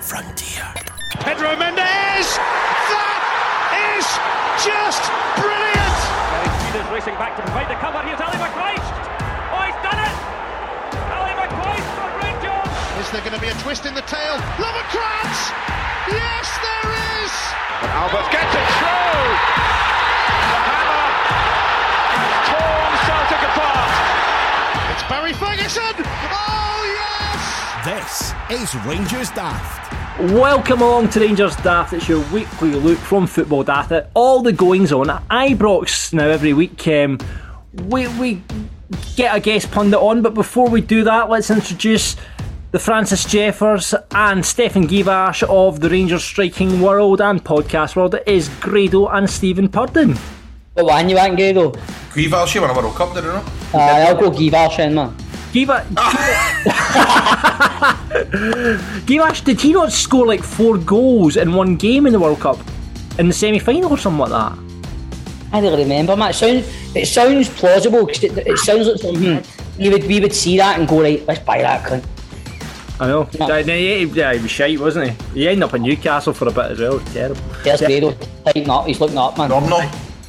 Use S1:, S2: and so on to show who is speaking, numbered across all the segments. S1: frontier.
S2: Pedro Mendes! That is just brilliant!
S3: Speed is racing back to provide the cover. Here's Ali McQuaid. Oh, he's done it! Ali McQuaid for Rangers.
S2: Is there going to be a twist in the tail? Lovercrantz! Yes, there is!
S4: But Albert gets it through! The hammer has torn Celtic apart.
S2: It's Barry Ferguson! Oh, yes!
S1: This is Rangers Daft.
S5: Welcome along to Rangers Daft. It's your weekly look from Football Daft at all the goings on at Ibrox. Now every week um, we we get a guest pundit on, but before we do that, let's introduce the Francis Jeffers and Stephen Givash of the Rangers striking world and podcast world. It is Grado and Stephen Purden.
S6: What one you want, Grado?
S7: Guival, she won a World Cup, didn't she?
S6: Aye, I'll go Givash then, man.
S5: Giva- Givash, did he not score like four goals in one game in the World Cup? In the semi final or something like that?
S6: I don't remember, man. It sounds, it sounds plausible 'cause it, it sounds like something we would, we would see that and go, right, let's buy that cunt.
S5: I know.
S6: No.
S5: Yeah, he, yeah, he was shite, wasn't he? He ended up in Newcastle for a bit as well. Terrible.
S6: There's
S5: Yeah.
S6: Grado, tighten up, he's looking up, man.
S7: Romney.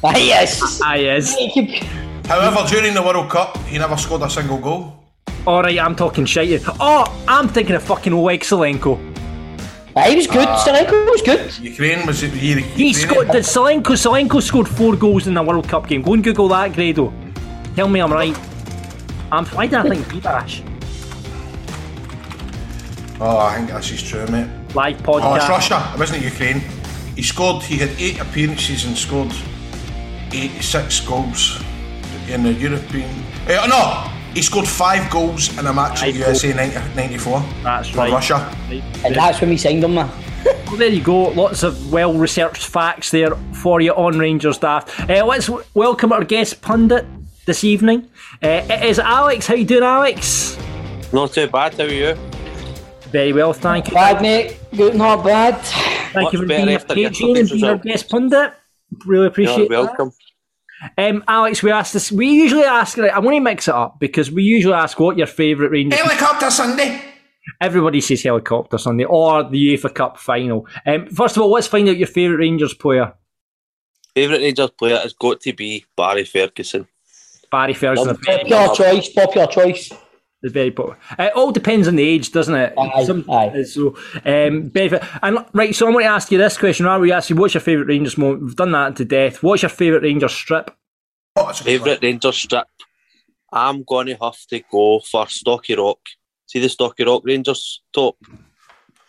S6: Aye, yes!
S5: Aye, Ah, he is.
S7: However, during the World Cup, he never scored a single goal.
S5: All right, I'm talking shite. Oh, I'm thinking of fucking Oleg Solenko.
S6: Aye, Ah, he was good,
S8: Ah.
S6: Sterenko was good.
S7: Ukraine was the year
S5: He
S7: Ukrainian.
S5: scored. Did Solenko? Solenko scored four goals in a World Cup game. Go and Google that, Grado. Tell me I'm right. I'm. Why did I think Bebash?
S7: Oh, I think this is true, mate.
S5: Live
S7: Oh, it's
S5: podcast.
S7: Russia. It wasn't Ukraine. He scored. He had eight appearances and scored eighty-six goals in the European. Eh, no, he scored five goals in a match
S5: Five
S7: at USA 90, 94
S5: That's
S7: for
S5: right.
S7: Russia.
S6: And that's when we signed him, man.
S5: Well, there you go. Lots of well researched facts there for you on Rangers Daft. Uh, let's w- welcome our guest pundit this evening. Uh, it is Alex. How you doing, Alex?
S8: Not too bad, how are you?
S5: Very well, thank you.
S6: Bad, mate. Good, not bad.
S5: Thank you for
S8: Much better
S5: being
S8: after
S5: here, Jane, and
S8: yesterday's
S5: being our
S8: result.
S5: guest pundit. Really
S8: You're
S5: appreciate that.
S8: welcome.
S5: Um, Alex, we asked this. We usually ask. I want to mix it up because we usually ask what your favourite Rangers.
S7: Helicopter Sunday.
S5: Everybody says helicopter Sunday or the UEFA Cup final. Um, first of all, let's find out your favourite Rangers player,
S8: Favourite Rangers player has got to be Barry Ferguson.
S5: Barry Ferguson.
S8: Love-
S5: Very,
S6: Popular choice, popular choice.
S5: very popular. It all depends on the age, doesn't it? uh,
S6: Aye, aye.
S5: So, um, very, and right. So I want to ask you this question. Are we ask you what's your favourite Rangers moment? We've done that to death. What's your favourite Rangers strip?
S7: Oh, it's a good
S8: Favourite Rangers strip. I'm gonna have to go for Stocky Rock. See the Stocky Rock Rangers top,
S7: one.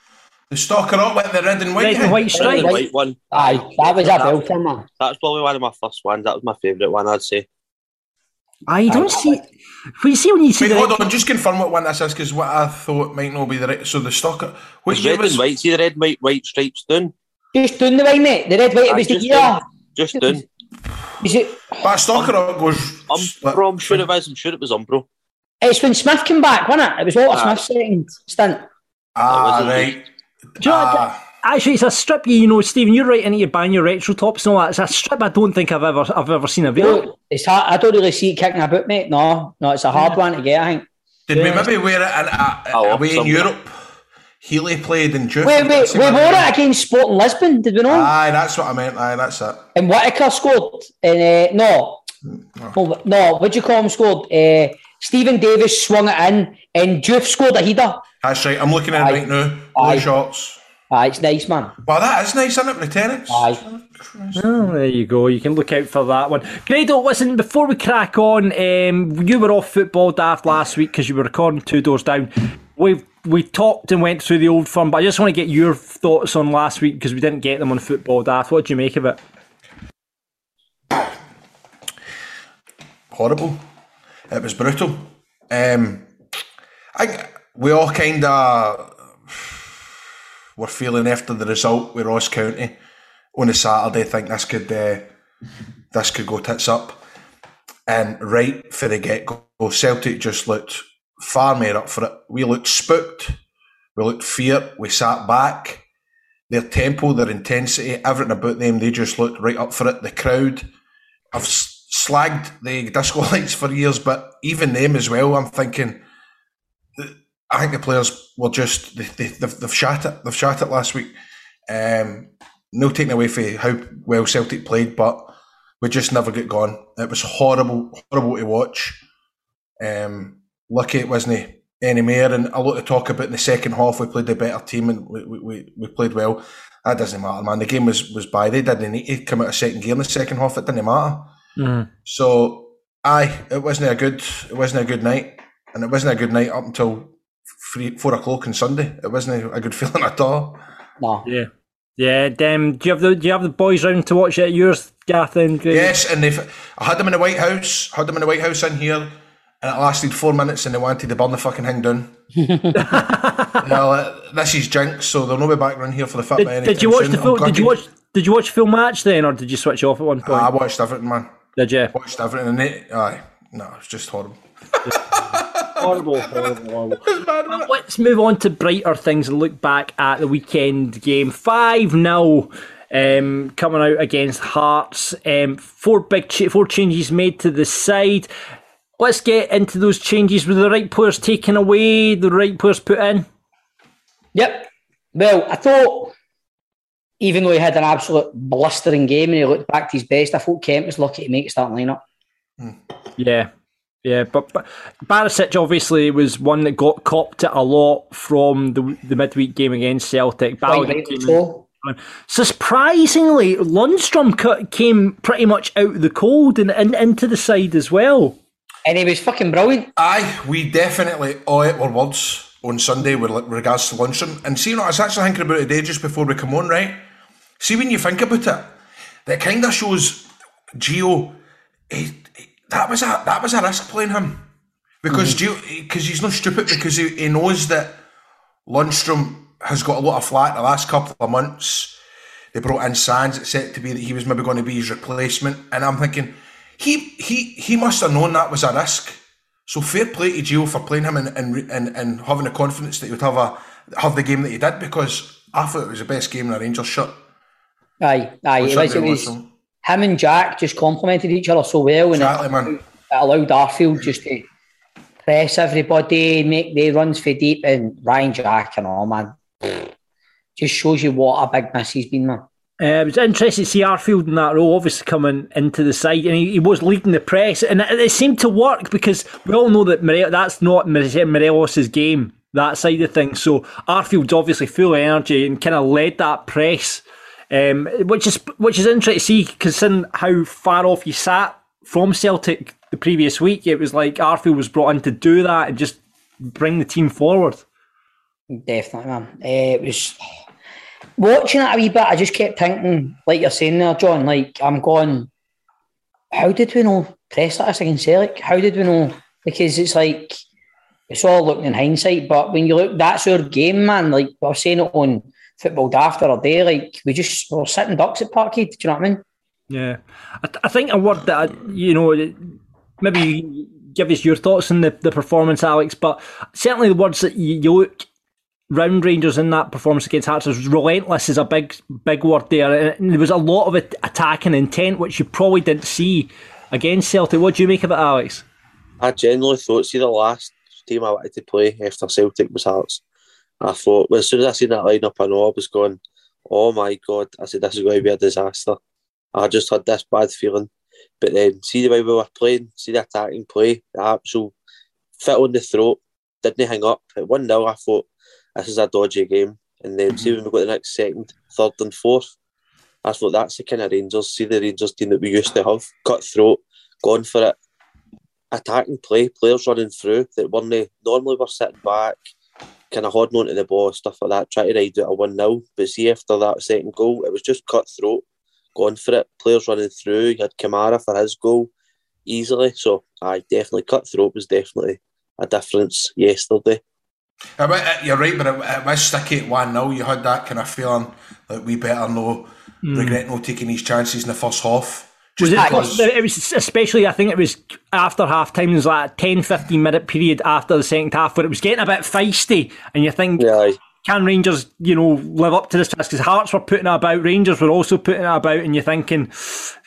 S7: The stalker up with the red and white. eh?
S5: Red and white
S8: the
S5: stripe.
S8: white one.
S6: Aye, that was a belter, man.
S8: That's probably one of my first ones. That was my favourite one, I'd say.
S5: I don't see. We see when you see
S7: Wait,
S5: the
S7: hold on. Just confirm what one this is, because what I thought might not be the right. So the stalker. What
S8: It's
S7: year
S8: red
S7: was
S8: and white. See the red, white, white stripes down.
S6: Just doing the way, mate. The red, white, it
S8: Aye,
S6: was the
S8: just
S6: year.
S8: Just down.
S6: Is it?
S7: But stalker up goes.
S8: I'm Um, from sure it was. I'm sure it was Umbro.
S6: It's when Smith came back, wasn't it? It was Walter
S8: Aye.
S6: Smith's second stint.
S7: Ah,
S8: That Oh, was it.
S7: right.
S5: Do you know what?
S7: Ah.
S5: Actually, it's a strip. You know, Stephen, you're right into your ban your retro tops and all that. It's a strip I don't think I've ever I've ever seen available.
S6: No, it's hard. I don't really see it kicking about, mate. No, no, it's a hard one to get. I think.
S7: Did we maybe wear it in, uh,
S8: Oh,
S7: away in
S8: somewhere.
S7: Europe? Healy played in June.
S6: Wait, wait, we wore it against Sporting Lisbon, did we not?
S7: Aye, that's what I meant. Aye, that's it.
S6: and Whitaker scored. And uh, no, no, no, what do you call him? Scored. Uh, Stephen Davis swung it in, and Diouf scored a header.
S7: That's right. I'm looking in
S6: Aye.
S7: right now.
S6: Aye.
S7: No shots.
S6: Aye, it's nice, man.
S7: Well, that is nice, isn't it, Lieutenant?
S6: Aye.
S5: Oh, there you go. You can look out for that one. Grado, listen, before we crack on, um, you were off football daft last week because you were recording two doors down. We've we talked and went through the old firm, but I just want to get your thoughts on last week because we didn't get them on football daft. What did you make of it?
S7: Horrible. It was brutal. Um, I think we all kind of were feeling after the result with Ross County on a Saturday. Think this could uh, this could go tits up, and right for the get go, Celtic just looked far more up for it. We looked spooked. We looked fear. We sat back. Their tempo, their intensity, everything about them, they just looked right up for it. The crowd, I've s- slagged the disco lights for years, but even them as well, I'm thinking,
S9: I think the players were just they, they, they've, they've shat it. They've shat it last week. Um, no taking away from how well Celtic played, but we just never get gone. It was horrible, horrible to watch. Um, lucky it wasn't any more, and a lot to talk about in the second half. We played the better team and we, we, we played well. That doesn't matter, man. The game was was by. They didn't need to come out a second gear in the second half. It didn't matter. So, aye, it wasn't a good, it wasn't a good night, and it wasn't a good night up until three, four o'clock on Sunday. It wasn't a good feeling at all.
S6: No.
S5: Yeah. Yeah, damn. Do you have the Do you have the boys round to watch it? at Yours, Garth and
S9: Yes, and they, I had them in the White House, had them in the White House in here, and it lasted four minutes, and they wanted to burn the fucking thing down. well, uh, this is jinx, so they'll not be back around here for the fit. by
S5: Did,
S9: any
S5: did you
S9: time
S5: watch
S9: soon.
S5: the
S9: I'm
S5: full? Did you
S9: gutted.
S5: watch? Did you watch full match then, or did you switch off at one point?
S9: I watched everything, man.
S5: did you?
S9: Watched everything, and it, aye, no, it's just horrible.
S5: horrible, horrible, horrible. Well, let's move on to brighter things and look back at the weekend game. 5 0 um, coming out against Hearts. Um, four big cha- four changes made to the side. Let's get into those changes. Were the right players taken away, the right players put in?
S6: Yep. Well, I thought, even though he had an absolute blistering game and he looked back to his best, I thought Kemp was lucky to make the starting lineup.
S5: Yeah. Yeah, but, but Barisic obviously was one that got copped it a lot from the the midweek game against Celtic.
S6: Quite
S5: Balogun
S6: rightly
S5: came in.
S6: so.
S5: Surprisingly, Lundstrom cu- came pretty much out of the cold and, and into the side as well.
S6: And he was fucking brilliant.
S9: Aye, we definitely owe it our words on Sunday with like, regards to Lundstrom. And see, you know, I was actually thinking about it today just before we come on, right? See, when you think about it, that kind of shows Gio. He, he- that was a that was a risk playing him because Gio because he's not stupid because he, he knows that Lundstrom has got a lot of flat the last couple of months. They brought in Sands. It's said to be that he was maybe going to be his replacement, and I'm thinking he he he must have known that was a risk. So fair play to Gio for playing him and and, re- and, and having the confidence that he would have a have the game that he did because I thought it was the best game in a Rangers shirt.
S6: Aye, aye. It was, it
S9: Sunday
S6: was
S9: was,
S6: him and Jack just complemented each other so well. And
S9: Exactly, man.
S6: it, it allowed Arfield just to press everybody, make their runs for deep. And Ryan Jack and all, man. Just shows you what a big miss he's been, man.
S5: Uh, it was interesting to see Arfield in that role, obviously coming into the side, and he, he was leading the press, and it, it seemed to work because we all know that More- that's not More- uh, Morelos' game, that side of things. So Arfield's obviously full of energy and kind of led that press, um, which is which is interesting to see considering how far off he sat from Celtic the previous week. It was like Arfield was brought in to do that and just bring the team forward.
S6: Definitely, man. Eh, it was watching it a wee bit. I just kept thinking, like you're saying there, John. Like I'm going, how did we know press like this against Celtic? How did we know? Because it's like it's all looking in hindsight. But when you look, that's our game, man. Like I was saying it on football after a day. Like we just we were sitting ducks at Parkhead. Do you know what I mean?
S5: Yeah, I, th- I think a word that I, you know maybe you give us your thoughts on the, the performance, Alex. But certainly the words that you, you look round Rangers in that performance against Hearts is relentless is a big big word there, and there was a lot of at- attack and intent which you probably didn't see against Celtic. What do you make of it, Alex?
S8: I generally thought, see, the last team I wanted to play after Celtic was Hearts. I thought, well, as soon as I seen that lineup, I know I was going, oh my God. I said, this is going to be a disaster. I just had this bad feeling. But then, see the way we were playing, see the attacking play, the actual fit on the throat, didn't hang up. At 1 0, I thought, this is a dodgy game. And then, see when we got the next second, third, and fourth, I thought that's the kind of Rangers, see the Rangers team that we used to have, cut throat, gone for it attacking play, players running through that weren't normally were sitting back, kind of holding on to the ball, stuff like that, trying to ride out a 1 0. But see, after that second goal, it was just cutthroat, going for it, players running through. You had Kamara for his goal easily. So, I definitely, cutthroat was definitely a difference yesterday.
S9: Uh, but, uh, You're right, but it, it was sticky at 1 0. You had that kind of feeling that we better no regret not taking these chances in the first half.
S5: Was
S9: Just
S5: it,
S9: because,
S5: it was especially, I think it was after half time, there was like a 10 15 minute period after the second half where it was getting a bit feisty, and you think,
S8: Yeah, aye.
S5: can Rangers, you know, live up to this task? Because Hearts were putting it about, Rangers were also putting it about, and you're thinking,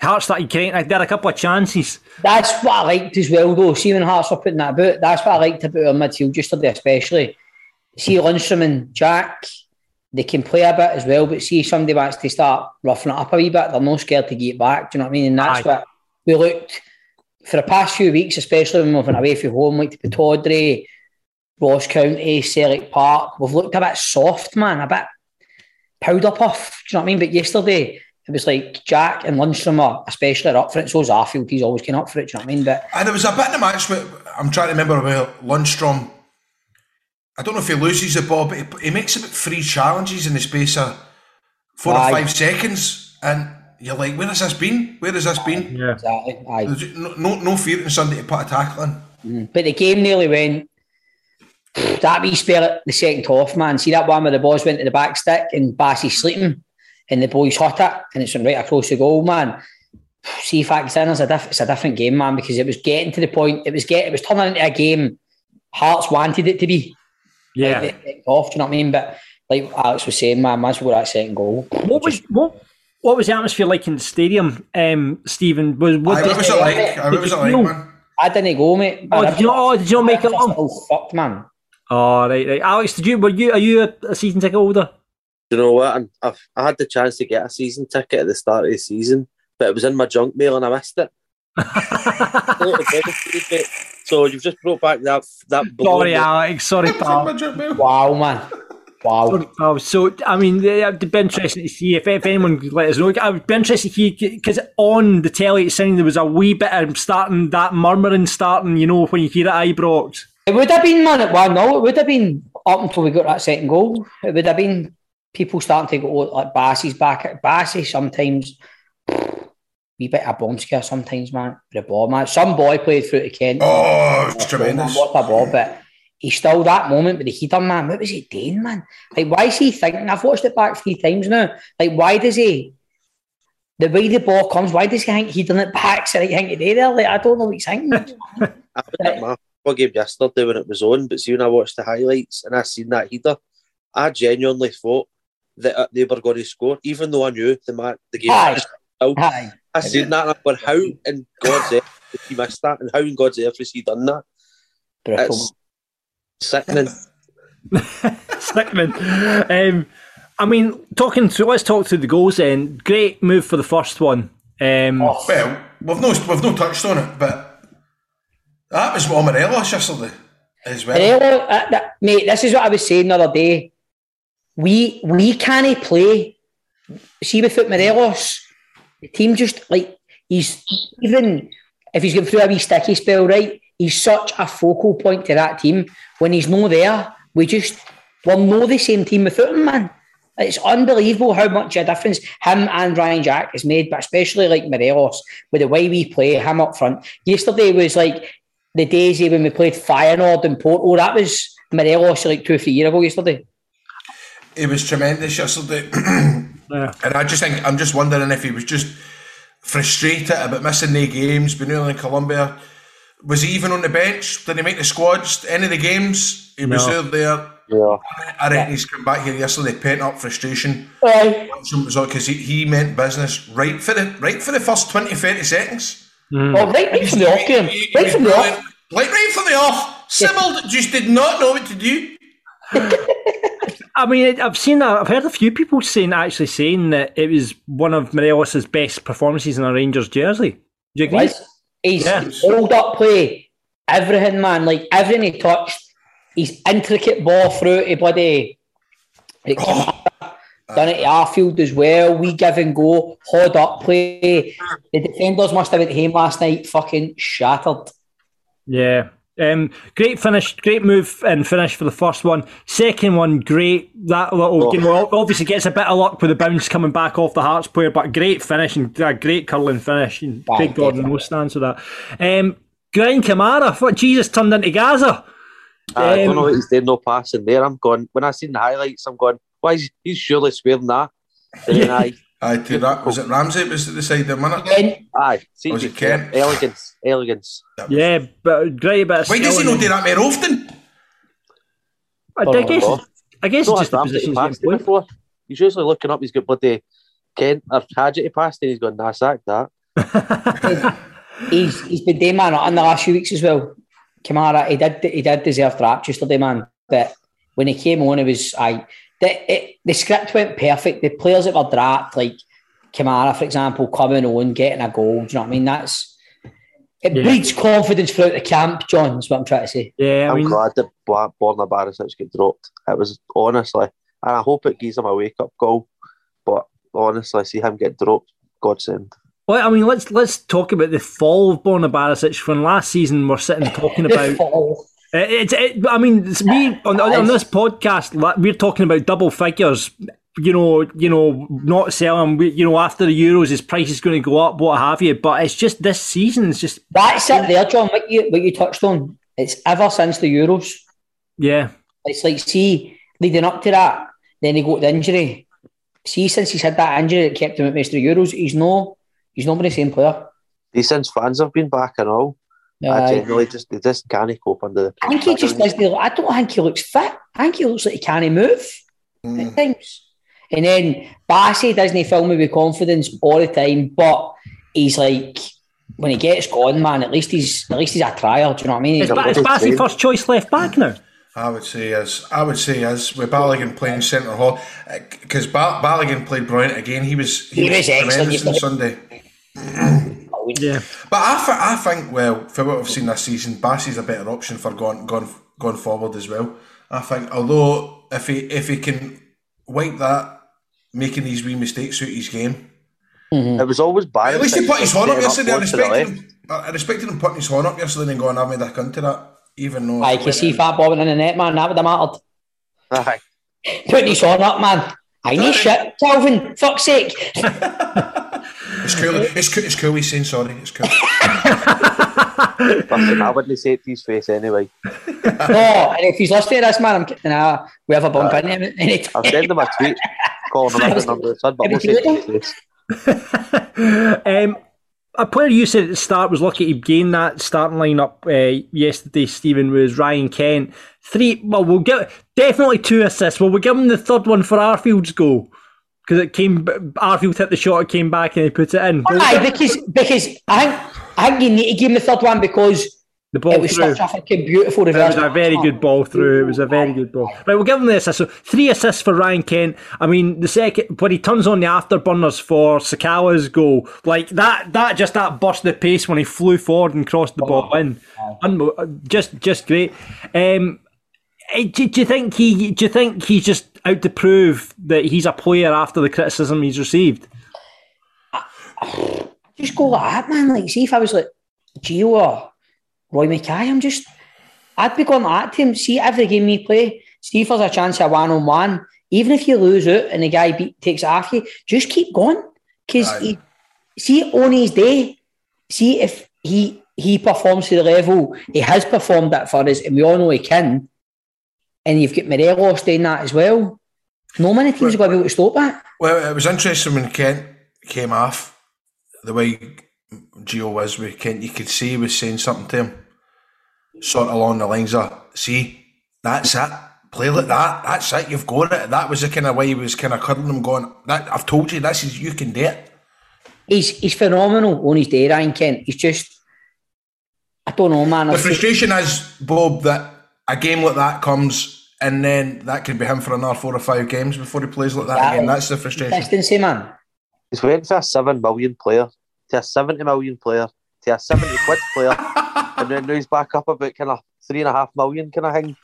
S5: Hearts started creating, they had a couple of chances.
S6: That's what I liked as well, though. See when Hearts were putting that about. That's what I liked about our midfield yesterday, especially. see Lundstrom and Jack, they can play a bit as well, but see if somebody wants to start roughing it up a wee bit, they're not scared to get back. Do you know what I mean? And that's
S5: Aye.
S6: what we looked for the past few weeks, especially when we've been away from home, like the Pataudry, Ross County, Selleck Park. We've looked a bit soft, man, a bit powder puff. Do you know what I mean? But yesterday it was like Jack and Lundstrom are especially are up for it. So's Arfield, he's always getting up for it. Do you know what I mean? But
S9: And it was a bit in the match, where I'm trying to remember where Lundstrom, I don't know if he loses the ball, but he, he makes about three challenges in the space of four
S6: Aye.
S9: or five seconds. And you're like, where has this been? Where has this been?
S5: Yeah.
S6: exactly, aye.
S9: There's no, no, no fear in Sunday to put a tackle in.
S6: But the game nearly went. That wee spell at the second half, man. See that one where the boys went to the back stick and Bassie's sleeping and the boys hot it and it's right across the goal, man. See if that's in, it's a, diff- it's a different game, man, because it was getting to the point, it was get, it was turning into a game Hearts wanted it to be.
S5: Yeah.
S6: It- it off, do you know what I mean? But like Alex was saying, man, once we got that second goal,
S5: What was what? What was the atmosphere like in the stadium, um, Stephen? Was
S9: Aye,
S5: what
S9: what was it like? Aye,
S5: did
S9: what was it
S5: you
S9: like,
S5: feel-
S9: man?
S6: I didn't go, mate.
S5: Oh, did you not, oh, did you not make it on?
S6: Oh, fucked, man.
S5: Oh, right, right. Alex, did you? Were you? Are you a, a season ticket holder?
S8: Do you know what? I'm, I've, I had the chance to get a season ticket at the start of the season, but it was in my junk mail and I missed it. so you've just brought back that that blown-
S5: Sorry, Alex. Sorry, pal.
S6: Wow, man. Wow.
S5: Oh, so I mean, it'd be interesting to see if, if anyone could let us know. I'd be interested to hear because on the telly, it sounded there was a wee bit of starting that murmuring starting. You know, when you hear it, Ibrox.
S6: It would have been E man at one 0 It would have been up until we got that second goal. It would have been E people starting to go oh, like Bassie's back at Bassie sometimes. We bit of bomb scare sometimes, man. With a ball, man. Some boy played through to Kent.
S9: Oh, it was
S6: Ball, man,
S9: tremendous.
S6: What a ball, but he still that moment with the heater, man. What was he doing, man? Like, why is he thinking? I've watched it back three times now. Like, why does he? The way the ball comes, why does he think he done it back? So he think he did there. Like, I don't know what he's thinking.
S8: I was at my football game yesterday when it was on, but see when I watched the highlights and I seen that heater, I genuinely thought that uh, they were going to score, even though I knew the match, the game.
S6: Aye.
S8: Oh,
S6: Aye.
S8: I seen that, and I thought, how in God's earth did he miss that, and how in God's earth has he done that?
S6: Brutal.
S8: It's sickening.
S5: Stickman. Um, I mean, talking to let's talk to the goals. Then great move for the first one. Um,
S9: Well, we've no, we've no touched on it, but that was what Morelos yesterday as well.
S6: Pirello, uh, that- mate, this is what I was saying the other day. We we can't play. See with foot Morelos, the team just like he's even if he's going through a wee sticky spell, right? He's such a focal point to that team. When he's no there, we just we're no the same team without him, man. It's unbelievable how much a difference him and Ryan Jack has made, but especially like Morelos with the way we play him up front. Yesterday was like the days eh, when we played Feyenoord and Porto, that was Morelos like two or three years ago yesterday.
S9: It was tremendous yesterday.
S5: Yeah.
S9: And I just think I'm just wondering if he was just frustrated about missing the games, being early in Colombia. Was he even on the bench? Did he make the squads? Any of the games? He was
S5: No.
S9: there. there.
S8: yeah.
S9: I reckon he's come back here yesterday, pent up frustration.
S6: Aye.
S9: Because he, he meant business right for the right for the first 20, 30 seconds.
S6: Well, Oh, right, right from the off game.
S9: He- he
S6: Right
S9: was
S6: from the
S9: brilliant.
S6: off.
S9: Like right from the off. Sybil just did not know what to do.
S5: I mean, it- I've seen, I've heard a few people saying actually saying that it was one of Morelos's best performances in a Rangers jersey. Do you agree?
S6: Right. He's
S5: Yeah.
S6: rolled up play. Everything, man. Like, everything he touched. He's intricate ball through to bloody... It came up, Done it to Arfield as well. We give and go. Hard up play. The defenders must have been at him last night. Fucking shattered.
S5: Yeah. Um, great finish, great move and finish for the first one. Second one, great. That
S8: Oh.
S5: little, you know, obviously gets a bit of luck with the bounce coming back off the Hearts player, but great finish and a great curling finish. And
S8: Ah,
S6: Wow,
S5: Craig Gordon no stands for that. Um, Graham Kamara, what Jesus turned into Gaza.
S8: I don't know
S5: Um,
S8: what he's doing, no passing there. I'm going, when I seen the highlights, I'm going, why is he, he's surely squaring that? And then I,
S9: I did that. Was it Ramsey? Was it the side of the minute?
S6: And
S8: aye, see,
S9: Was it Kent?
S8: elegance, elegance.
S5: Yeah, but great bit. Of
S9: Why does he
S5: skill
S9: not do that more often?
S5: and- I guess,
S8: Oh,
S5: I guess
S8: No,
S5: it's just
S8: that's
S5: the position
S8: Ramsey
S5: he's been
S8: passed it
S5: playing.
S8: before. He's usually looking up, he's got bloody Kent or Hadjit he passed and he's going, nah, sack that.
S6: he's, he's been doing, man, in the last few weeks as well. Kamara, he did, he did deserve trapped yesterday, man. But when he came on, it was I. The, it, the script went perfect. The players that were draft, like Kamara, for example, coming on, getting a goal. Do you know what I mean? That's it
S5: Yeah.
S6: breeds confidence throughout the camp. John, is what I'm trying to say.
S5: Yeah, I
S8: I'm
S5: mean,
S8: glad that Bla- Borna Barisic got dropped. It was honestly, and I hope it gives him a wake up call. But honestly, see him get dropped, godsend.
S5: well, I mean, let's let's talk about the fall of Borna Barisic. When last season we're sitting talking
S6: The
S5: about
S6: fall.
S5: It, it, it, I mean, it's me on, on this podcast. like, We're talking about double figures. You know, you know, not selling. we- You know, after the Euros, his price is going to go up. What have you? But it's just this season. It's just
S6: That's it there, John. What you what you touched on. It's ever since the Euros.
S5: yeah,
S6: It's like see leading up to that, then he got the injury. See, since he's had that injury that kept him at Mr. Euros, he's no, he's not been the same player.
S8: These since fans have been back and all, I
S6: Aye.
S8: generally just they just can't cope under the.
S6: I think he just doesn't. I don't think he looks fit. I think he looks like he can't move at times. And then Bassey doesn't fill me with confidence all the time, but he's like when he gets going, man. At least he's at least he's a trier. Do you know what I mean?
S5: it's,
S6: He's
S5: ba-
S6: got-
S5: it's Bassey first choice left back now.
S9: I would say as I would say as with Balligan playing centre hall because ba- Balligan played brilliant again. He was he,
S6: He was excellent.
S9: tremendous on Sunday.
S5: Yeah,
S9: But I, th- I think well for what we've seen this season, Bassey's a better option for going going going forward as well. I think although if he if he can wipe that making these wee mistakes out his game,
S8: It was always bad.
S9: at least he put his horn up yesterday. I respected
S8: It
S9: him. I respected him putting his horn up yesterday and going, "I've made a cunt to that." Even though
S6: I can see fat bobbing in the net, man. That would have mattered. Putting his on up, man. I need shit, Calvin. Fuck's sake.
S9: it's cool. It's cool. It's cool. He's saying sorry. It's cool.
S8: I wouldn't say it to his face anyway.
S6: No, and if he's listening to this, man, I'm getting a we have a bump in him. Any
S8: I've sent him a tweet calling him out the number of son, but we'll say it to his face.
S5: um, a player you said at the start was lucky to gain that starting lineup uh, yesterday. Stephen was Ryan Kent. Three. Well, we'll get definitely two assists. Well, we'll give him the third one for Arfield's goal because it came. Arfield hit the shot. It came back and he put it in.
S6: Aye, because because I think I think you need to give him the third one because
S5: The ball
S6: it was
S5: through.
S6: such a fucking beautiful
S5: It
S6: reverse.
S5: was a very good ball through. It was a very good ball. Right, we'll give him the assist. So three assists for Ryan Kent. I mean, the second when he turns on the afterburners for Sakawa's goal, like that, that just that burst of pace when he flew forward and crossed the ball in, Unbe- just just great. Um, eh, do, do you think he? Do you think he's just out to prove that he's a player after the criticism he's received?
S6: Just go like that, man. Like, see if I was like Gio or Roy Mackay, I'm just I'd be going like that to him. See every game we play, see if there's a chance of one on one. Even if you lose it and the guy beat, takes it off you, just keep going. Because
S9: Aye.
S6: he see on his day, see if he he performs to the level he has performed that for us, and we all know he can. And you've got Morelos doing that as well. No many teams are going to be able to stop that.
S9: Well, it was interesting when Kent came off the way Gio was with Kent. You could see he was saying something to him, sort of along the lines of, "See, that's it. Play like that. That's it. You've got it." That was the kind of way he was kind of cuddling him, going, "That I've told you. This is you can do it."
S6: He's he's phenomenal on his day, Ryan Kent. He's just I don't know, man.
S9: The
S6: It's just-
S9: frustration is Bob that a game like that comes, and then that could be him for another four or five games before he plays like that again. That's the frustration.
S6: consistency, man.
S8: He's went for a seven million player to a seventy million player to a seventy quid player, and then now he's back up about kind of three and a half million kind of thing.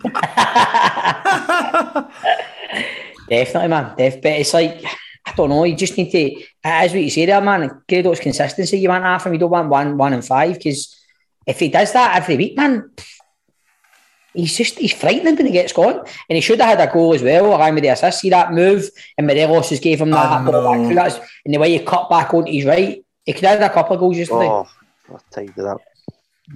S6: Definitely, man. Def- but it's like I don't know. You just need to, as what you say there, man. Grado's consistency. You want half, and you don't want one, one and five. Because if he does that every week, man, pff, he's just he's frightening when he gets gone. And he should have had a goal as well, along with the assist. See that move, and Morelos just gave him
S9: I
S6: that. ball back
S9: know.
S6: through. That's, and the way he cut back onto his right, he could have had a couple of goals yesterday.
S8: Oh, I tied it up.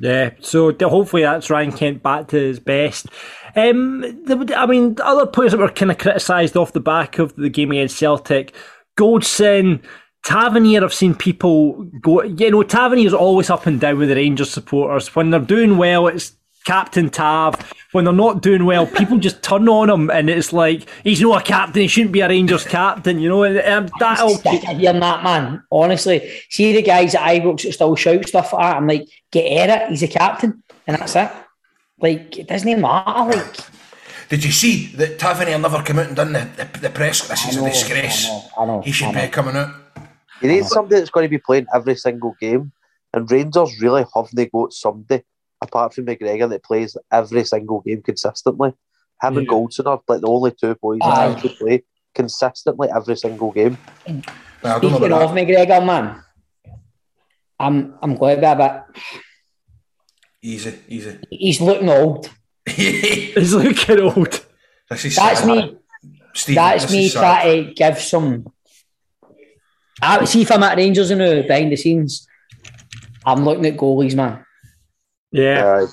S5: Yeah, so d- hopefully that's Ryan Kent back to his best. Um, the, I mean, the other players that were kind of criticised off the back of the game against Celtic, Goldson, Tavernier. I've seen people go, you know, Tavernier's always up and down with the Rangers supporters. When they're doing well, it's Captain Tav. When they're not doing well, people just turn on him, and it's like he's not a captain. He shouldn't be a Rangers captain, you know. And, um, that all
S6: sick of hearing that, man. Honestly, see the guys at Ibrox that still shout stuff like that. I'm like, get at it. He's a captain, and that's it. Like, it doesn't even matter. Like,
S9: Did you see that Tavernier never came out and done the, the, the press? This
S6: I
S9: is
S6: know,
S9: a disgrace.
S6: I know, I know,
S9: he should
S6: I know.
S9: be coming out.
S8: You need somebody that's going to be playing every single game. And Rangers really haven't got somebody, apart from McGregor, that plays every single game consistently. Him and
S5: Yeah.
S8: Goldson are like the only two boys
S6: Aye.
S8: that actually play consistently every single game.
S9: Now, I don't know
S6: Speaking
S9: about
S6: of
S9: that.
S6: McGregor, man, I'm I'm going to be a bit.
S9: Easy, easy.
S6: He's looking old.
S9: this
S5: He's looking old.
S9: is
S6: That's
S9: sad.
S6: me.
S9: Steve,
S6: that's
S9: this
S6: me
S9: is sad.
S6: trying to give some. I would see if I'm at Rangers and uh, behind the scenes. I'm looking at goalies, man.
S5: Yeah. Um,
S8: Aye,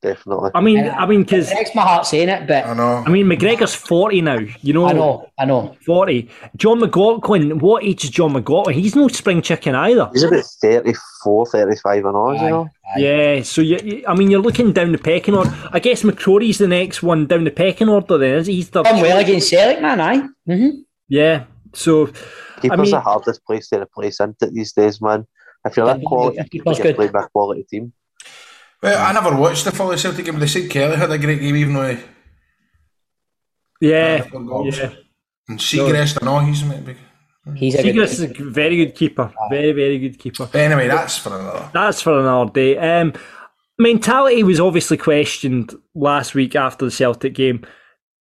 S8: definitely.
S5: I mean,
S6: Yeah.
S5: I mean,
S6: It
S5: because
S6: breaks my heart saying it,
S9: I
S6: but
S9: know.
S5: I mean, McGregor's forty now. You know,
S6: I know, I know.
S5: forty. John McLaughlin. What age is John McLaughlin? He's no spring chicken either.
S8: He's about 34, 35 and all, you know.
S5: Yeah, so you, you- I mean, you're looking down the pecking order. I guess McCrory's the next one down the pecking order. Then is he? He's the
S6: Done well against Celtic, man. Aye. Mm-hmm.
S5: yeah. So
S8: Keeper's
S5: mean-
S8: the hardest place to replace, isn't it, these days, man? If you're that
S6: Yeah,
S8: quality,
S6: yeah,
S8: you
S6: keeper's
S8: get
S6: good.
S8: played by a quality team.
S9: Well, I never watched the Folly Celtic game, but they said Kelly had a great game, even though he
S5: yeah,
S9: Four goals.
S5: yeah.
S9: and Seagrass and all he's might be.
S6: He's a
S5: Seagrass is
S6: good.
S5: a very good keeper. Very very good keeper.
S9: But anyway, that's for another.
S5: That's for another day. Um, mentality was obviously questioned last week after the Celtic game.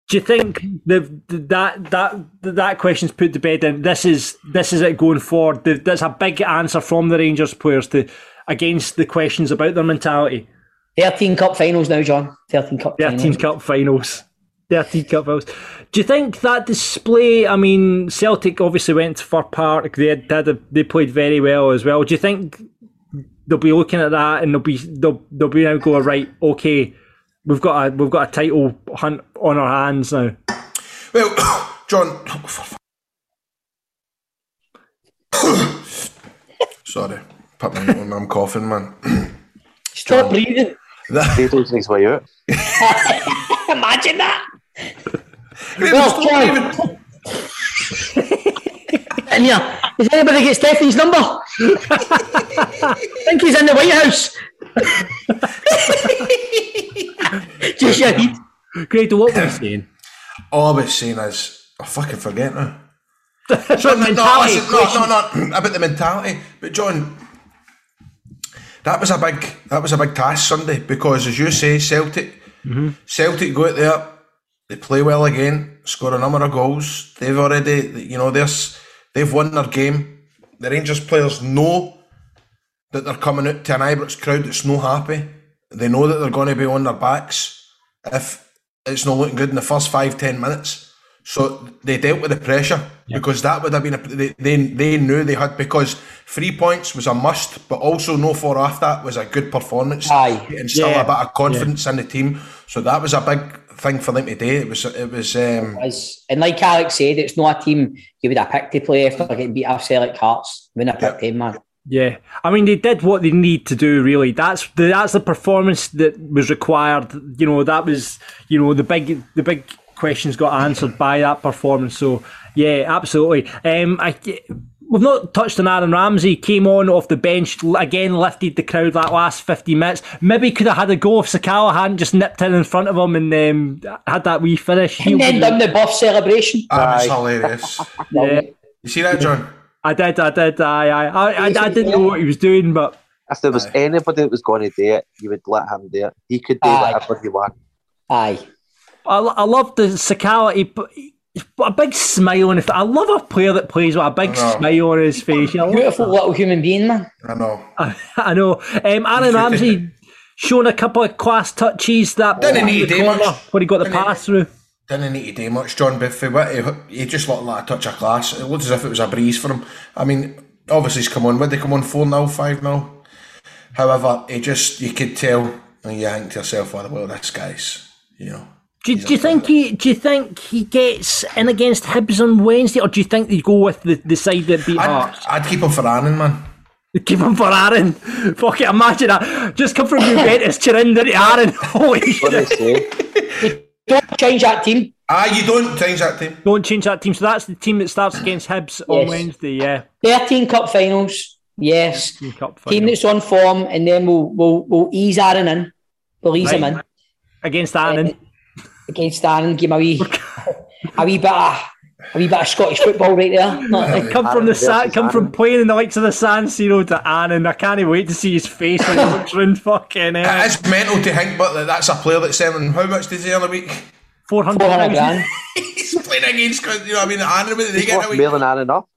S5: Do you think the, that that that question's put to bed? And this is this is it going forward. The- That's a big answer from the Rangers players to against the questions about their mentality.
S6: Thirteen cup finals now, John. Thirteen cup.
S5: Thirteen
S6: finals.
S5: Cup finals. Thirteen Cup finals. Do you think that display? I mean, Celtic obviously went to Fir Park. They had, did a, they played very well as well. Do you think they'll be looking at that and they'll be they'll they'll be now going right? Okay, we've got a we've got a title hunt on our hands now.
S9: Well, John. oh, for f- Sorry, put my name on, I'm coughing, man.
S6: Stop breathing.
S8: Tables his way out.
S6: Imagine that.
S9: Well,
S6: John. in here. Does anybody get Stephanie's number? I think he's in the White House. Just your heat.
S5: Grado, what were you saying?
S9: all I was saying is, I fucking forget now.
S5: Mentality.
S9: no, listen, no, no, no, about the mentality. But John, that was a big that was a big task Sunday because as you say, Celtic Celtic go out there, they play well again, score a number of goals. They've already you know, they're s- they've won their game. The Rangers players know that they're coming out to an Ibrox crowd that's no happy. They know that they're going to be on their backs if it's not looking good in the first five ten minutes. So they dealt with the pressure because that would have been a, they, they they knew they had because three points was a must, but also no four off that was a good performance
S6: Aye.
S9: and still
S5: Yeah.
S9: a bit of confidence in the team. So that was a big thing for them today. It was it was um,
S6: As- And like Alex said, it's not a team you would have picked to play after getting beat off Celtic Hearts. When I picked him, man.
S5: Yeah, I mean they did what they need to do. Really, that's the, that's the performance that was required. You know, that was you know the big the big questions got answered by that performance. So yeah, absolutely. Um, I we've not touched on Aaron Ramsey. Came on off the bench l- again, lifted the crowd that last fifty minutes. Maybe could have had a go if Sakala hadn't just nipped in in front of him and um, had that wee finish. He
S6: And then
S5: would've-
S6: done the buff celebration.
S9: ah, it was hilarious.
S5: yeah,
S9: You see that, John?
S5: I did, I did, I, I, I, I, I didn't know what he was doing, but.
S8: If there was anybody that was going to do it, you would let him do it. He could do
S6: Aye.
S8: whatever he wanted.
S6: Aye.
S5: I, I love the Sakala. He, put- he- he's got a big smile on his face. I love a player that plays with a big
S9: I know.
S5: smile on his face. I, love-
S6: Beautiful little human being, man.
S9: I know.
S5: I know. Um, Aaron Ramsey showing a couple of class touches that
S9: Didn't need
S5: the
S9: him
S5: corner
S9: much.
S5: where he got the
S9: Didn't-
S5: pass through.
S9: Didn't need to do much, John Biffy, but he, he just looked like a touch of class. It looked as if it was a breeze for him. I mean, obviously he's come on. Would they come on 4 0, 5 0? However, he just, you could tell, and you think to yourself, well, well this guy's, you know.
S5: Do, do you think he? Do you think he gets in against Hibs on Wednesday, or do you think they go with the, the side that beat
S9: I'd,
S5: Hearts?
S9: I'd keep him for Annan, man.
S5: Keep him for Aaron. Fuck it, imagine that. Just come from Juventus, Chirinda to Aaron. Holy
S8: What
S5: shit.
S8: did I say?
S6: Don't change that team.
S9: Ah, you don't change that team.
S5: Don't change that team. So that's the team that starts against Hibs on
S6: Yes.
S5: Wednesday. Yeah.
S6: 13 cup finals. Yes.
S5: League Cup
S6: Team
S5: final.
S6: that's on form, and then we'll we'll, we'll ease Aaron in. We'll ease him
S5: Right.
S6: in.
S5: against Annan.
S6: against Darren, give him a wee, a wee bit of, a wee bit of Scottish football right there. Not-
S5: Come from the
S8: Aaron
S5: sa-
S8: versus
S5: come from
S8: Aaron.
S5: playing in the likes of the San Siro to Annan. I can't wait to see his face when he looks round fucking uh,
S9: It's mental to think, but that- that's a player that's selling. How much does he earn a week?
S6: 400
S5: 400,000.
S6: grand.
S9: He's playing against, you know what I mean? Aaron, what do they get a
S8: Worth
S9: week?
S8: more than Aaron up.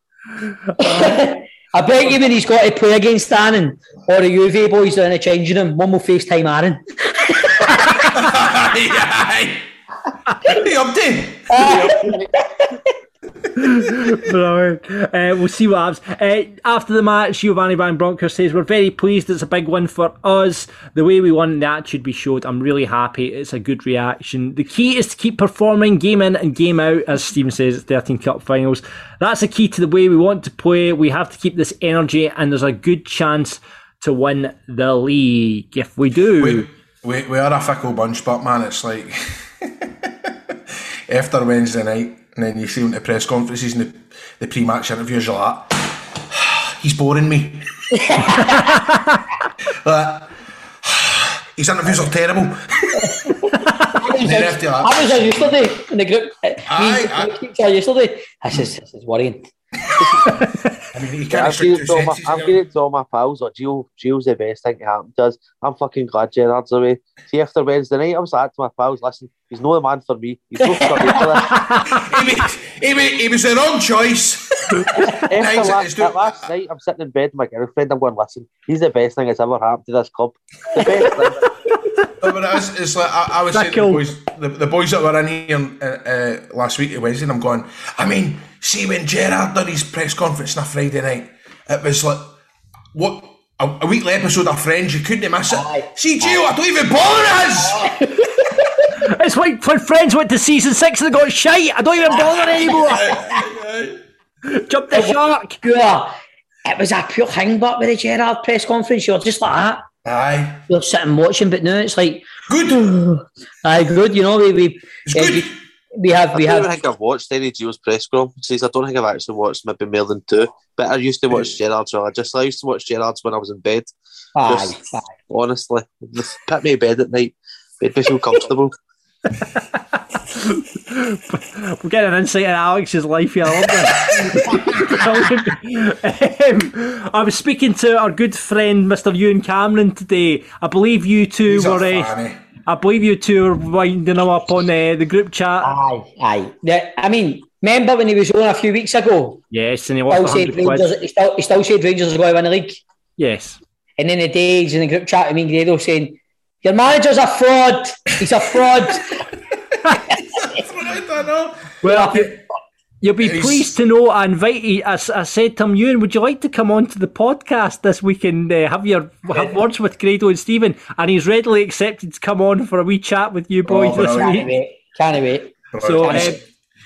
S6: I bet you when he's got to play against Darren or the UV boys down are changing him, one will FaceTime Aaron.
S9: Aye, aye. Hey, Upton.
S5: Brilliant. Uh, we'll see what happens. Uh, after the match, Giovanni Van Bronckhorst says, We're very pleased. It's a big win for us. The way we won, that should be showed. I'm really happy. It's a good reaction. The key is to keep performing game in and game out, as Stephen says, it's 13 Cup finals. That's the key to the way we want to play. We have to keep this energy, and there's a good chance to win the league if we do.
S9: We, we, we are a fickle bunch, but man, it's like after Wednesday night, and then you see him at the press conferences and the, the pre match interviews, you're like, he's boring me. like, his interviews are terrible. And then after
S6: I
S9: that,
S6: was there yesterday in the group. Me
S9: Aye,
S6: and the group there yesterday. This is, this is worrying.
S9: I mean, he
S8: Yeah,
S9: can't
S8: I'm
S9: string
S8: giving it to
S9: two
S8: all my,
S9: sentences
S8: I'm
S9: together.
S8: giving it to all my pals. Like, Gio, Gio's the best thing to happen to us. I'm fucking glad Gerard's away. See, after Wednesday night, I was like to my pals, listen, he's no the man for me. He's no for me for this.
S9: He was- he was- he was the wrong choice.
S8: After
S9: Nice, it's
S8: last,
S9: doing-
S8: that last night, I'm sitting in bed with my girlfriend. I'm going, listen, he's the best thing that's ever happened to this club. The best thing.
S9: No, but it is, it's like I, I was saying to the
S5: Fickle.
S9: boys, the, the boys that were in here uh, uh, last week at Wednesday, and I'm going. I mean, see when Gerard done his press conference on a Friday night, it was like what a, a weekly episode of Friends. You couldn't miss it.
S6: Aye.
S9: See, Gio, I don't even bother us.
S5: It's like when friends went to season six and they got shite. I don't even bother anymore. Jump the shark.
S6: Pure. It was a pure hang back with the Gerard press conference. You're just like that.
S9: Aye,
S6: You're sitting watching, but now it's like,
S9: good.
S6: aye, good. You know, we we,
S9: It's
S6: eh,
S9: good.
S6: we, we have
S8: I
S6: we
S8: don't even
S6: have
S8: think I've watched any Gio's press conferences. I don't think I've actually watched maybe more than two. But I used to watch Gerard's. well, I just I used to watch Gerard's when I was in bed.
S6: aye,
S8: Just-
S6: aye.
S8: Honestly, Just put me in bed at night. Made me feel comfortable.
S5: We're getting an insight into Alex's life here. I love this. um, I was speaking to our good friend Mr. Ewan Cameron today. I believe you two
S9: He's a
S5: were. Uh,
S9: fanny.
S5: I believe you two were winding him up on uh, the group chat.
S9: Ah.
S6: Aye, aye. The- I mean, remember when he was on a few weeks ago?
S5: yes, and he
S6: Still
S5: lost
S6: said
S5: 100 quid.
S6: Rangers, he, still, he still said Rangers are going to win the league.
S5: Yes.
S6: And then the day he's in the group chat with me and Grado saying, Your manager's a fraud. He's a fraud.
S9: I don't know.
S5: Well, you- you'll be
S9: He's-
S5: pleased to know I invited. I, s- I said to him, Ewan, would you like to come on to the podcast this week and uh, have your have words with Grado and Stephen? And he's readily accepted to come on for a wee chat with you boys
S9: Oh,
S5: this
S9: brilliant.
S6: Can't
S5: week.
S6: wait. Can't wait.
S5: So
S9: Right.
S5: um,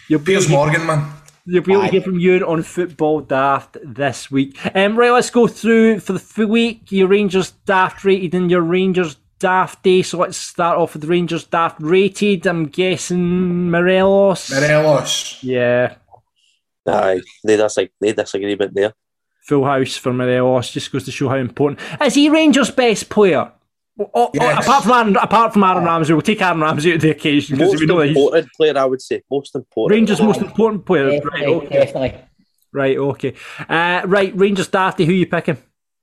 S5: you'll be
S9: Piers Morgan, man.
S5: you'll be able to hear from Ewan on Football Daft this week. Um, right, let's go through for the f- week. Your Rangers Daft rated and your Rangers Dafty. So let's start off with Rangers Daft rated. I'm guessing Morelos.
S9: Morelos.
S5: Yeah.
S8: Aye, no, that's like no disagreement there.
S5: full house for Morelos just goes to show how important. Is he Rangers' best player? O- o-
S9: Yes.
S5: apart from Aaron, apart from Aaron Ramsey, we'll take Aaron Ramsey out of the occasion because
S8: Most
S5: we know that he's
S8: important player, I would say. Most important.
S5: Rangers' most important player. Right,
S6: Definitely,
S5: okay.
S6: definitely.
S5: Right, okay. Uh, right, Rangers Darty, who you picking?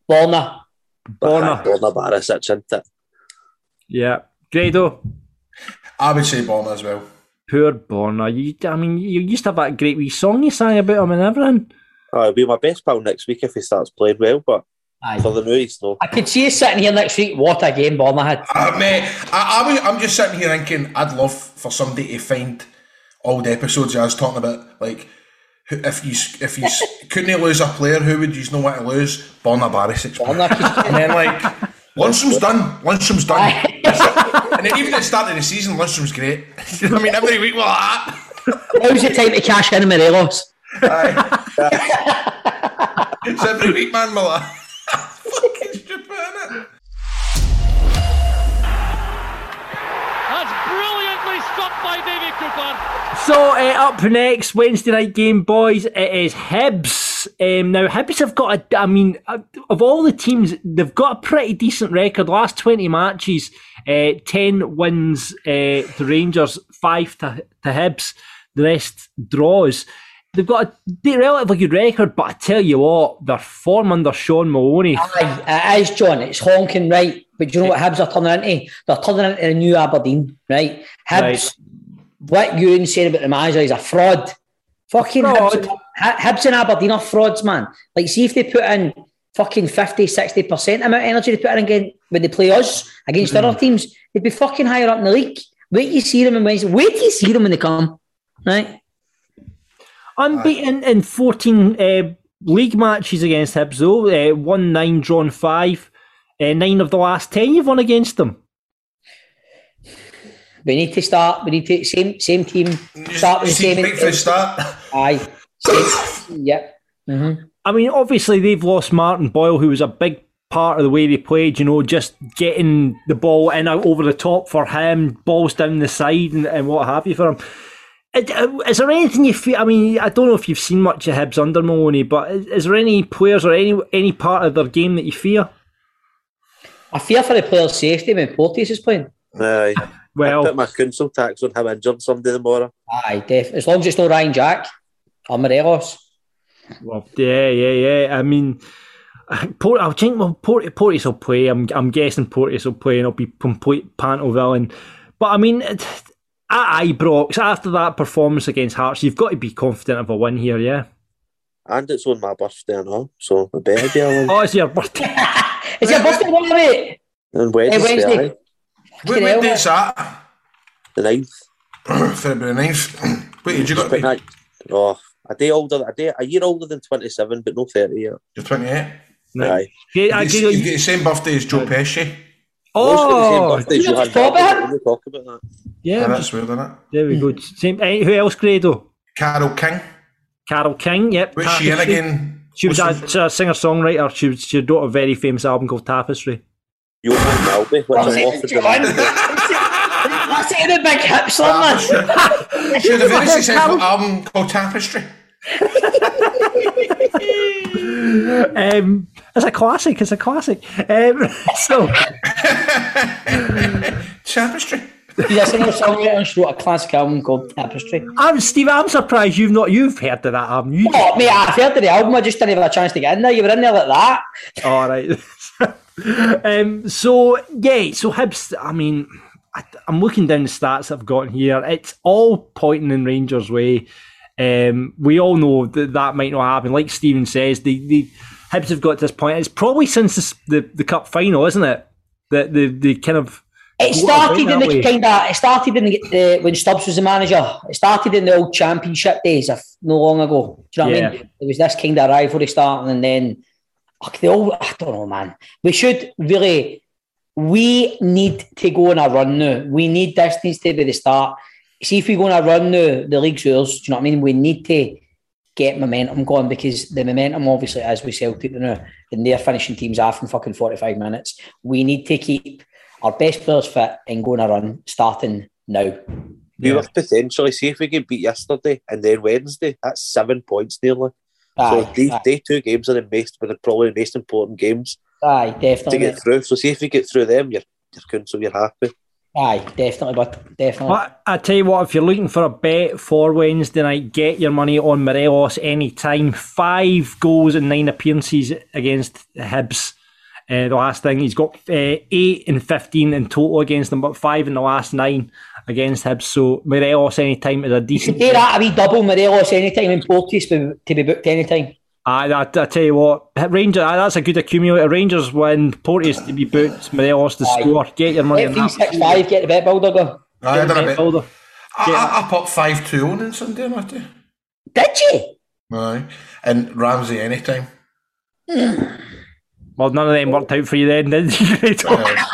S6: Lorna.
S5: Borna.
S8: Borna Barisic, isn't it?
S5: Yeah. Grado,
S9: I would say Bonner as well.
S5: poor Borna. You, I mean, you used to have that great wee song you sang about him and everything.
S8: Aye, he'll be my best pal next week if he starts playing well, but for
S6: Aye.
S8: the new, he's no.
S6: I could see us sitting here next week. What a game Bournemouth had.
S9: Uh, mate, I, I was, I'm just sitting here thinking I'd love for somebody to find old episodes I was talking about. Like, who- if you s- if you s- couldn't lose a player, who would you know what to lose? Borna Barisic.
S6: Borna could-
S9: and then like Luncham's done. Luncham's done. That's it. and then even at the start of the season, Luncham's great. You know what I mean, every week ah, we're like that.
S6: Now's the time to cash in on Morelos.
S9: It's every week, man. We're like, fucking stupid, innit?
S3: That's brilliantly stopped by David Cooper.
S5: So uh, up next Wednesday night game, boys, it is Hibs. Um, now Hibs have got a, I mean, uh, of all the teams, they've got a pretty decent record. Last twenty matches, Uh, 10 wins uh, to Rangers, 5 to, to Hibs, the rest draws. They've got a de- relatively good record, but I tell you what, their form under Sean Maloney.
S6: Aye, it is, John. It's honking, right? But do you know what Hibs are turning into? They're turning into the new Aberdeen, right? Hibs,
S5: Right.
S6: what you saying about the manager is a fraud. Fucking
S5: Fraud.
S6: Hibs, Hi- Hibs and Aberdeen are frauds, man. Like, see if they put in fucking 50, 60% amount of energy they put in again when they play us against
S5: Mm-hmm.
S6: other teams, they'd be fucking higher up in the league. Wait till you see them and wait till you see them when they come, right?
S5: Unbeaten in 14 uh, league matches against Hibs, though. Uh, won 9, drawn 5. Uh, 9 of the last 10 you've won against them.
S6: We need to start. We need to same same team start with the
S9: See,
S6: same.
S9: right from the start.
S6: Aye. Same, yep.
S5: I mean, obviously they've lost Martin Boyle, who was a big part of the way they played. You know, just getting the ball in out over the top for him, balls down the side, and, and what have you for him. Is- Is there anything you feel? I mean, I don't know if you've seen much of Hibs under Maloney, but is, is there any players or any any part of their game that you fear?
S6: I fear for the player's safety when Porteous is playing.
S8: Aye. I put
S5: Well,
S8: my council tax on how injured somebody tomorrow.
S6: Aye, def. As long as it's not Ryan Jack or Morelos.
S5: well, yeah, yeah, yeah. I mean, uh, Port, I think well, Port, Portis will play. I'm, I'm guessing Portis will play, and it'll be complete Pantoville. And but I mean, it- at Ibrox after that performance against Hearts, you've got to be confident of a win here, yeah.
S8: And it's on my birthday and all, so I better be on
S5: Oh, it's your birthday.
S6: Is your birthday one, mate?
S8: on
S6: Hey,
S8: Wednesday,
S6: Wednesday.
S8: aye,
S9: What what date's that?
S8: the 9th.
S9: February 9th. Wait, did you got
S8: But
S9: to
S8: I, oh, a day older, a day, a year older than 27, but no 30 yet.
S9: You're 28.
S8: Aye.
S5: Yeah, I
S9: You
S5: give
S9: you
S5: you-
S9: get the same birthday as Joe Pesci.
S5: oh,
S8: Mostly
S6: you
S8: the same birthdays you
S6: just
S8: had.
S6: talk about
S8: Don't we talk about that.
S9: Yeah,
S5: yeah.
S9: that's weird, isn't it?
S5: There we go. Same. eh, Who else, Grado?
S9: Carol King.
S5: Carol King. Yep.
S9: What's she in
S5: Tapestry.
S9: again?
S5: She was a,
S9: What's
S5: a singer songwriter. She was, she wrote a very famous album called Tapestry.
S8: Johan Malby, which
S6: What's
S8: I'm
S6: it,
S8: offered
S6: John?
S8: the
S6: What's it in the big hips on, man?
S9: the- Ah, She had a very successful album called Tapestry.
S5: Um, it's a classic. It's a classic. Um, so.
S9: Tapestry.
S6: He's a singer songwriter and she wrote a classic album called Tapestry.
S5: I'm Steve. I'm surprised you've not you've heard of that album. You
S6: Oh, mate, I've heard of the album. I just didn't have a chance to get in there. You were in there like that.
S5: all right. um, so yeah, so Hibs. I mean, I, I'm looking down the stats I've got here. It's all pointing in Rangers' way. Um, we all know that that might not happen. Like Steven says, the the Hibs have got to this point. It's probably since this, the the cup final, isn't it? That the the kind of What
S6: It
S5: a
S6: started
S5: night
S6: in
S5: that
S6: the
S5: way.
S6: kind of. It started in the, the when Stubbs was the manager. It started in the old championship days, if no long ago. Do you know what I
S5: Yeah.
S6: mean? It was this kind of rivalry starting, and then like the old. I don't know, man. We should really. We need to go on a run now. We need this needs to be the start. See if we go on a run now, the league's yours. Do you know what I mean? We need to get momentum going because the momentum obviously as we Celtic now and they're finishing teams off in fucking 45 minutes. We need to keep our best players fit and go on a run starting now.
S8: We were potentially, see if we get beat yesterday and then Wednesday, that's seven points nearly. so
S6: Aye,
S8: these,
S6: aye,
S8: these two games are the most, but they're probably the most important games
S6: aye,
S8: to
S6: definitely.
S8: get through. So see if we get through them, you're, you're council, you're happy.
S6: Aye, definitely, but definitely.
S5: But I tell you what, if you're looking for a bet for Wednesday night, get your money on Morelos anytime. Five goals and nine appearances against Hibs. Uh, the last thing he's got uh, eight and fifteen in total against them, but five in the last nine against Hibs. So Morelos anytime is a decent.
S6: Say that a wee double Morelos anytime in Portis to to be booked anytime.
S5: I, I, I tell you what, Rangers. aye, that's a good accumulator. Rangers win. Porteous to be booked. Morelos to score. Get your money
S6: Get
S5: on
S6: three
S5: that.
S6: six five, get the bet builder go.
S9: Aye, I done a bit. I,
S5: Builder.
S9: I, I popped 5 2 on on Sunday, didn't I tell you?
S6: Did you?
S9: Aye. And Ramsey anytime.
S5: Well, none of them worked out for you then, did you? Grado?
S9: Aye.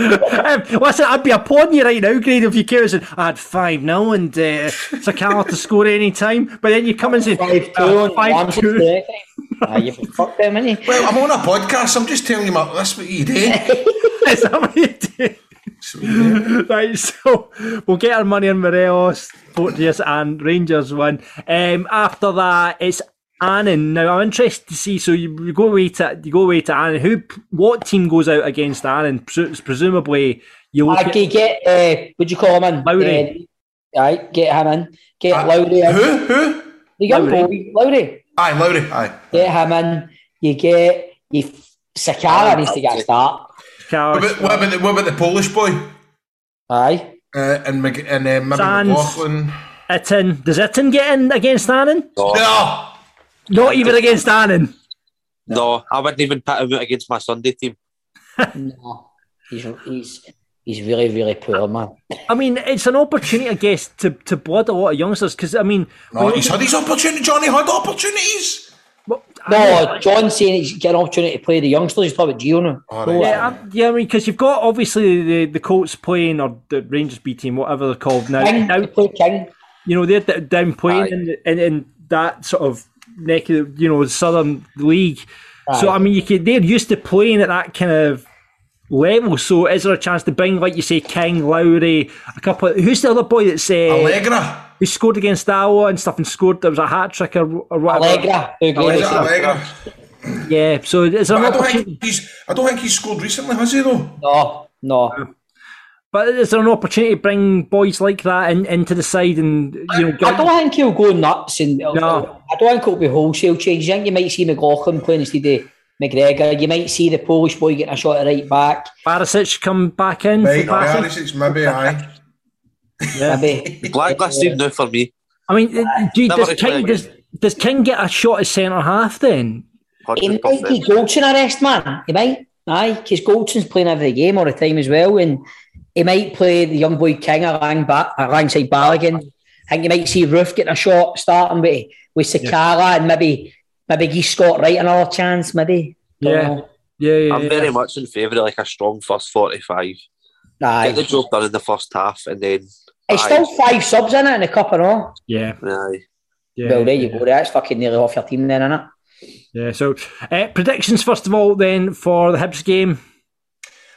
S5: um, listen, I'd be upon you right now, Grade, if you care. "Ah, and I had 5 0 and uh, Sir Carla to score any time. But then you come and say
S6: Five two
S5: uh,
S6: on Ramsey to do anything. Aye, you've fucked them, haven't you?
S9: Well, I'm on a podcast. I'm just telling you, Mark, that's what you do.
S5: Is that what you do?
S9: That's what you do.
S5: Right, so we'll get our money on Morelos, Porteous, and Rangers win. Um, after that, it's Annan. Now I'm interested to see. So you, you go away to you go away to Annan. Who? What team goes out against Annan? Presu- Presumably you look
S6: I
S5: at
S6: could get, uh, would you call him in?
S5: Lowry.
S6: Uh, right, get him in. Get
S9: Uh,
S6: Lowry in.
S9: Who? Who?
S6: The young
S5: Lowry.
S6: boy, Lowry.
S9: Aye, Lowry. Aye.
S6: Get him in. You get, you, Sakara needs to get a start.
S9: What
S5: Carr,
S9: about, what, about the, what about the Polish boy?
S6: Aye.
S9: Uh, and Mc, and uh, maybe
S5: Sands.
S9: McLaughlin.
S5: Itin. Does Itin get in against Annan?
S9: No.
S5: Not even against Annan.
S8: No, I wouldn't even put him out against my Sunday team.
S6: No. He's, he's, he's really, really poor, man.
S5: I mean, it's an opportunity, I guess, to, to blood a lot of youngsters because I mean,
S9: No, he's had his opportunity. Johnny had opportunities.
S5: well,
S6: No, John's saying he's getting an opportunity to play the youngsters. He's talking about Gio now.
S9: All
S6: Go
S9: right.
S5: Yeah, I, yeah, I mean, because you've got obviously the, the Colts playing or the Rangers B team, whatever they're called now.
S6: King,
S5: now
S6: they play King.
S5: you know they're d- down
S8: Aye.
S5: playing in, in, in that sort of neck of the, you know the Southern League. So
S6: Aye.
S5: I mean, you could, they're used to playing at that kind of level. So is there a chance to bring, like you say, King, Lowry, a couple? Of, who's the other boy that's uh,
S9: Allegra.
S5: who scored against Iowa and stuff and scored? There was a hat trick or, or whatever.
S6: Allegra. who gave
S9: Is
S6: us
S9: it
S6: the-
S9: Allegra?
S5: Yeah. So is there an
S9: But I don't
S5: opportunity?
S9: think he's. I don't think he's scored recently, has he? Though.
S6: No, no.
S5: But is there an opportunity to bring boys like that in, into the side and you know?
S6: I don't think he'll go nuts, and
S5: No.
S6: I don't think it'll be wholesale changes. I think you might see McLaughlin playing instead of McGregor. You might see the Polish boy getting a shot at right back.
S5: Barisic come back in.
S9: Right,
S5: for Barisic?
S9: Barisic, maybe aye.
S6: Maybe.
S8: Blacklisted now for me.
S5: I mean, do,
S8: that
S5: does
S8: was
S5: King
S8: really
S5: does,
S8: good.
S5: does King get a shot at centre half then?
S6: he might get
S8: 100%.
S6: Goldson a rest, man. He might. Aye, because Goldson's playing every game all the time as well, and he might play the young boy King along ba- alongside Balligan. I think you might see Roof getting a shot starting with with Sakala and maybe maybe give Scott Wright another chance, maybe. Don't
S5: Yeah.
S6: know.
S5: Yeah, yeah,
S8: I'm
S5: yeah.
S8: very much in favour of like a strong first 45. Get the
S6: Aye.
S8: job done in the first half and then.
S6: It's still five subs in it and a cup and all.
S5: yeah,
S8: Aye.
S5: yeah.
S6: Well, there you go. That's fucking nearly off your team then, innit?
S5: Yeah. So uh, predictions first of all, then for the Hibs game.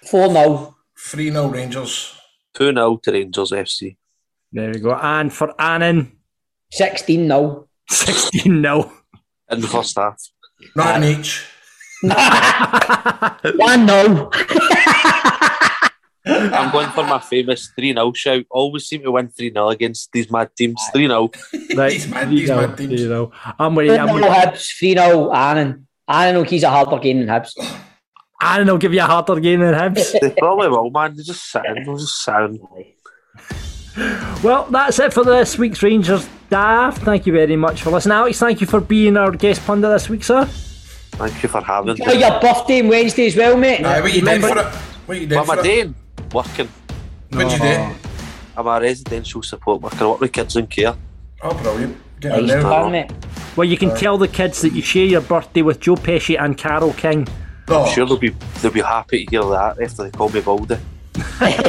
S6: 4 0.
S9: Three 0 Rangers.
S8: 2 0 to Rangers FC.
S5: There we go. And for Annan,
S6: 16 0.
S5: sixteen 0
S8: In the first half.
S9: Not an H.
S6: 1 0.
S8: I'm going for my famous 3 0 shout. Always seem to win 3 0 against these mad teams. 3 0.
S9: These mad, these mad teams.
S5: You know, I'm with you.
S6: 3
S5: I'm
S6: 0
S5: with you.
S6: Hibs, 3 0 Annan. Annan will he's a harder game than Hibs.
S5: Annan will give you a harder game than Hibs.
S8: They probably will, man. They're just sitting. They're just sitting.
S5: Well, that's it for this week's Rangers Daft. Thank you very much for listening. Alex, thank you for being our guest pundit this week, sir.
S8: Thank you for having
S6: Got
S8: me.
S6: your birthday on Wednesday as well, mate.
S9: Aye, what you did for it? What you did
S8: What am
S9: for
S8: I
S9: it?
S8: doing? Working.
S9: What you do?
S8: I'm a residential support worker. I work with kids in care.
S9: Oh, brilliant. Get on
S6: Nice
S9: there.
S6: plan, mate.
S5: Well, you can tell the kids that you share your birthday with Joe Pesci and Carol King.
S9: No.
S8: Sure, they'll be they'll be happy to hear that after they call me Baldy.
S6: I'm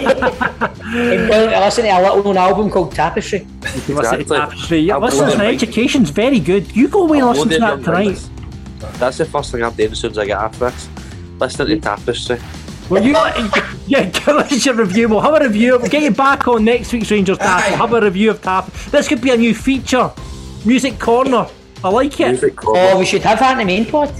S6: going to listen to a little known album called Tapestry.
S5: You listen to
S8: Exactly.
S5: Tapestry. Yeah,
S8: I'll
S5: listen
S8: blow
S5: to
S8: their mind.
S5: Education's very good. You go away and
S8: I'll
S5: listen
S8: blow
S5: to
S8: their
S5: that
S8: young
S5: tonight.
S8: minds. That's the first thing I'm doing as soon as I get off this. Listening to Tapestry.
S5: Will you? yeah, give us your review. We'll have a review. We'll get you back on next week's Rangers Tap. We'll have a review of Tap. This could be a new feature. Music Corner. I like it.
S8: Music
S6: Oh,
S5: eh,
S8: corner.
S6: we should have that in the main pod.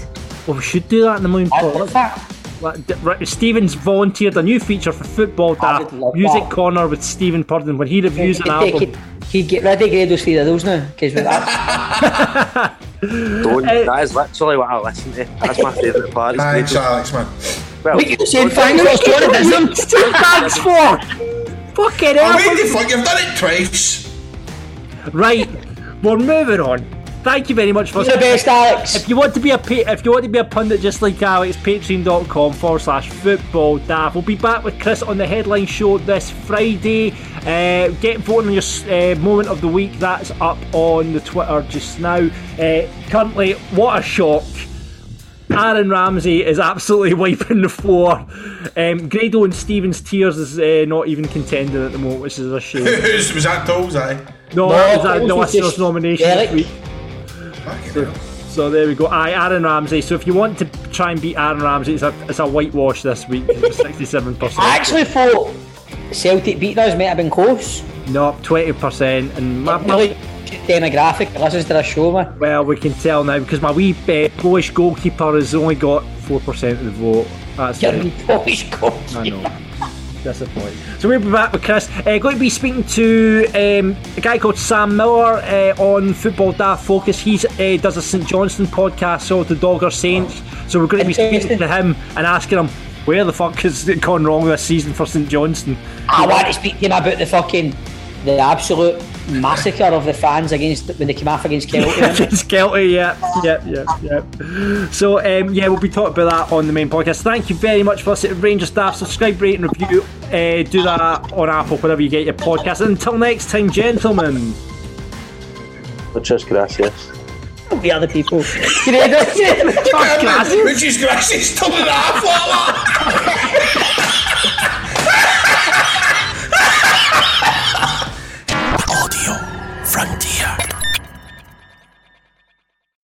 S5: Well, we should do that in the morning.
S6: I'd
S5: pod.
S6: love that.
S5: Like, d- Right, Stephen's volunteered a new feature for Football
S6: I
S5: Daft.
S6: would love
S5: Music
S6: that.
S5: Corner with Stephen Purden when he reviews an
S6: He'd
S5: album.
S6: take- He'd get ready to those three of those now. Because with that,
S8: Don't.
S5: eh.
S8: that is literally what I listen to. That's my favourite part. It's
S9: Thanks,
S8: great.
S9: Alex, man.
S8: Well,
S6: we could say thanks for
S5: What
S6: starting
S5: is
S6: this.
S5: it? Two bags for? Fucking
S9: Oh,
S5: hell.
S9: wait the fuck, you've done it twice.
S5: Right, we're moving on. Thank you very much for
S6: You're the best, Alex.
S5: If you want to be a pa- if you want to be a pundit just like Alex, patreon.com forward slash football daft. We'll be back with Chris on the headline show this Friday. Uh, get voting on your s- uh, moment of the week. That's up on the Twitter just now. Uh, currently, what a shock! Aaron Ramsey is absolutely wiping the floor. Um, Grado and Stevens Tears is uh, not even contending at the moment, which is a shame.
S9: Who's, was that Dole's aye?
S5: No,
S6: No,
S5: that was a-
S6: it
S5: no,
S6: was
S5: that's just
S6: just
S5: nomination
S6: Derek.
S5: this week.
S9: Fucking hell.
S5: So there we go. Aye, Aaron Ramsey. So if you want to try and beat Aaron Ramsey, it's a it's a whitewash this week. Sixty-seven
S6: I
S5: percent.
S6: actually thought Celtic beating us might have been close.
S5: No, twenty percent. And my, my,
S6: Really demographic that listens to this show, man.
S5: Well, we can tell now because my wee uh, Polish goalkeeper has only got 4% of the vote. That's
S6: You're
S5: it.
S6: in Polish
S5: I
S6: goalkeeper.
S5: know. That's the point. So we'll be back with Chris. Uh, going to be speaking to um, a guy called Sam Miller uh, on Football Daft Focus. He uh, does a St Johnston podcast, so the Dogger Saints. So we're going to be speaking to him and asking him where the fuck has it gone wrong this season for St Johnston.
S6: I want to speak to him about the fucking, the absolute massacre of the fans against when they came off against Celtic.
S5: it's guilty, yeah, yeah, yeah, yeah. So, um, yeah, we'll be talking about that on the main podcast. Thank you very much for listening, Ranger staff. Subscribe, rate, and review. Uh, do that on Apple, wherever you get your podcast. And until next time, gentlemen.
S8: Muchas gracias.
S6: the other people. You know, that's it.
S5: Fuck,
S9: Which is gracious to the half,